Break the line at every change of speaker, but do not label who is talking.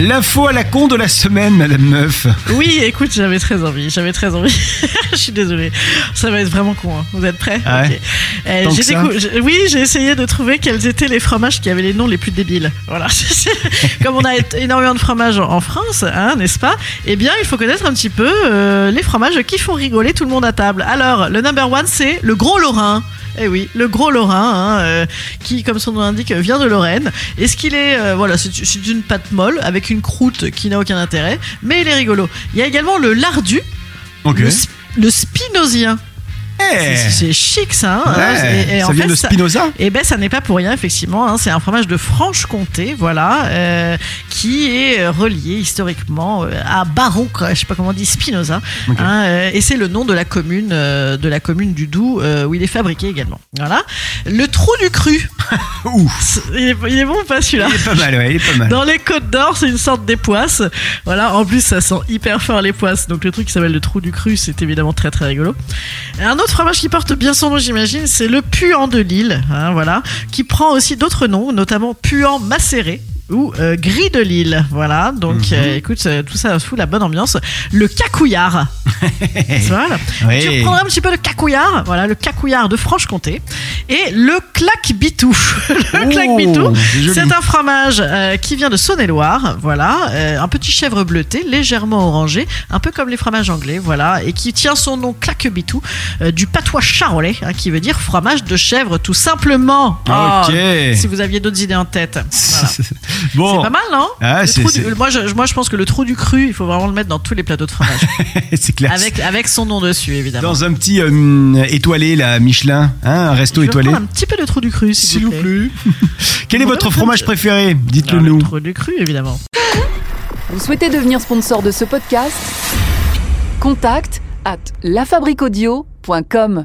L'info à la con de la semaine, Madame Meuf.
Oui, écoute, j'avais très envie, j'avais très envie. Je suis désolée. Ça va être vraiment con. hein. Vous êtes prêts
Ah ouais.
Ok. Euh,
Tant
j'ai
que ça.
décou- j'ai- Oui, j'ai essayé de trouver quels étaient les fromages qui avaient les noms les plus débiles. Voilà. Comme on a é- énormément de fromages en en France, hein, n'est-ce pas Eh bien, il faut connaître un petit peu euh, les fromages qui font rigoler tout le monde à table. Alors, le number one, c'est le gros Lorrain. Eh oui, le gros Lorrain, hein, euh, qui, comme son nom l'indique, vient de Lorraine. Est-ce qu'il est, euh, voilà, c'est c'est une pâte molle avec une croûte qui n'a aucun intérêt, mais il est rigolo. Il y a également le lardu,
Ok. Eh.
le, sp- le spinozien. C'est- C'est chic ça. hein. Et- et en
ça vient
fait,
de
ça-
Spinoza
eh ben, ça n'est pas pour rien, effectivement. hein. C'est un fromage de Franche-Comté, voilà, euh, qui est euh, relié historiquement euh, à Baron, je sais pas comment on dit, Spinoza.
Ok.
hein, euh, et c'est le nom de la commune, euh, de la commune du Doubs, euh, où il est fabriqué également. Voilà. Le trou du cru.
Ouf.
C'est- Il est, il est bon ou pas celui-là
Il est pas mal, ouais, il est pas mal.
dans les Côtes d'Or, c'est une sorte d'époisse. Voilà, en plus, ça sent hyper fort les poisses. Donc, le truc qui s'appelle le trou du cru, c'est évidemment très très rigolo. Un autre fromage qui porte bien son nom, j'imagine, c'est le puant de Lille. hein, voilà, qui prend aussi d'autres noms, notamment puant macéré ou euh, gris de Lille. Voilà, donc euh, écoute, euh, tout ça fout la bonne ambiance. Le cacouillard. C'est pas mal.
Ouais.
Tu reprendras un petit peu le cacouillard, voilà, le cacouillard de Franche-Comté. Et le claque-bitou. le
Oh,
claque-bitou,
c'est joli.
c'est un fromage euh, qui vient de Saône-et-Loire, voilà, euh, un petit chèvre bleuté, légèrement orangé, un peu comme les fromages anglais, voilà, et qui tient son nom claque-bitou euh, du patois charolais, hein, qui veut dire fromage de chèvre, tout simplement. Oh,
Ah, Ok.
si vous aviez d'autres idées en tête. Voilà. C'est
bon,
pas mal, non
Ah,
Le
c'est-
trou du-
c'est-
moi, je, moi, je pense que le trou du cru, il faut vraiment le mettre dans tous les plateaux de fromage.
c'est classe.
avec, avec son nom dessus, évidemment.
Dans un petit euh, étoilé, là, Michelin, hein, un resto
Je
étoilé.
prends un petit peu de trou du cru, s'il vous plaît.
Quel est
Bon,
votre
bah,
fromage
je-
préféré
Ah,
Dites-le
le
nous.
trou du cru, évidemment.
Vous souhaitez devenir sponsor de ce podcast Contact à lafabriquaudio.com.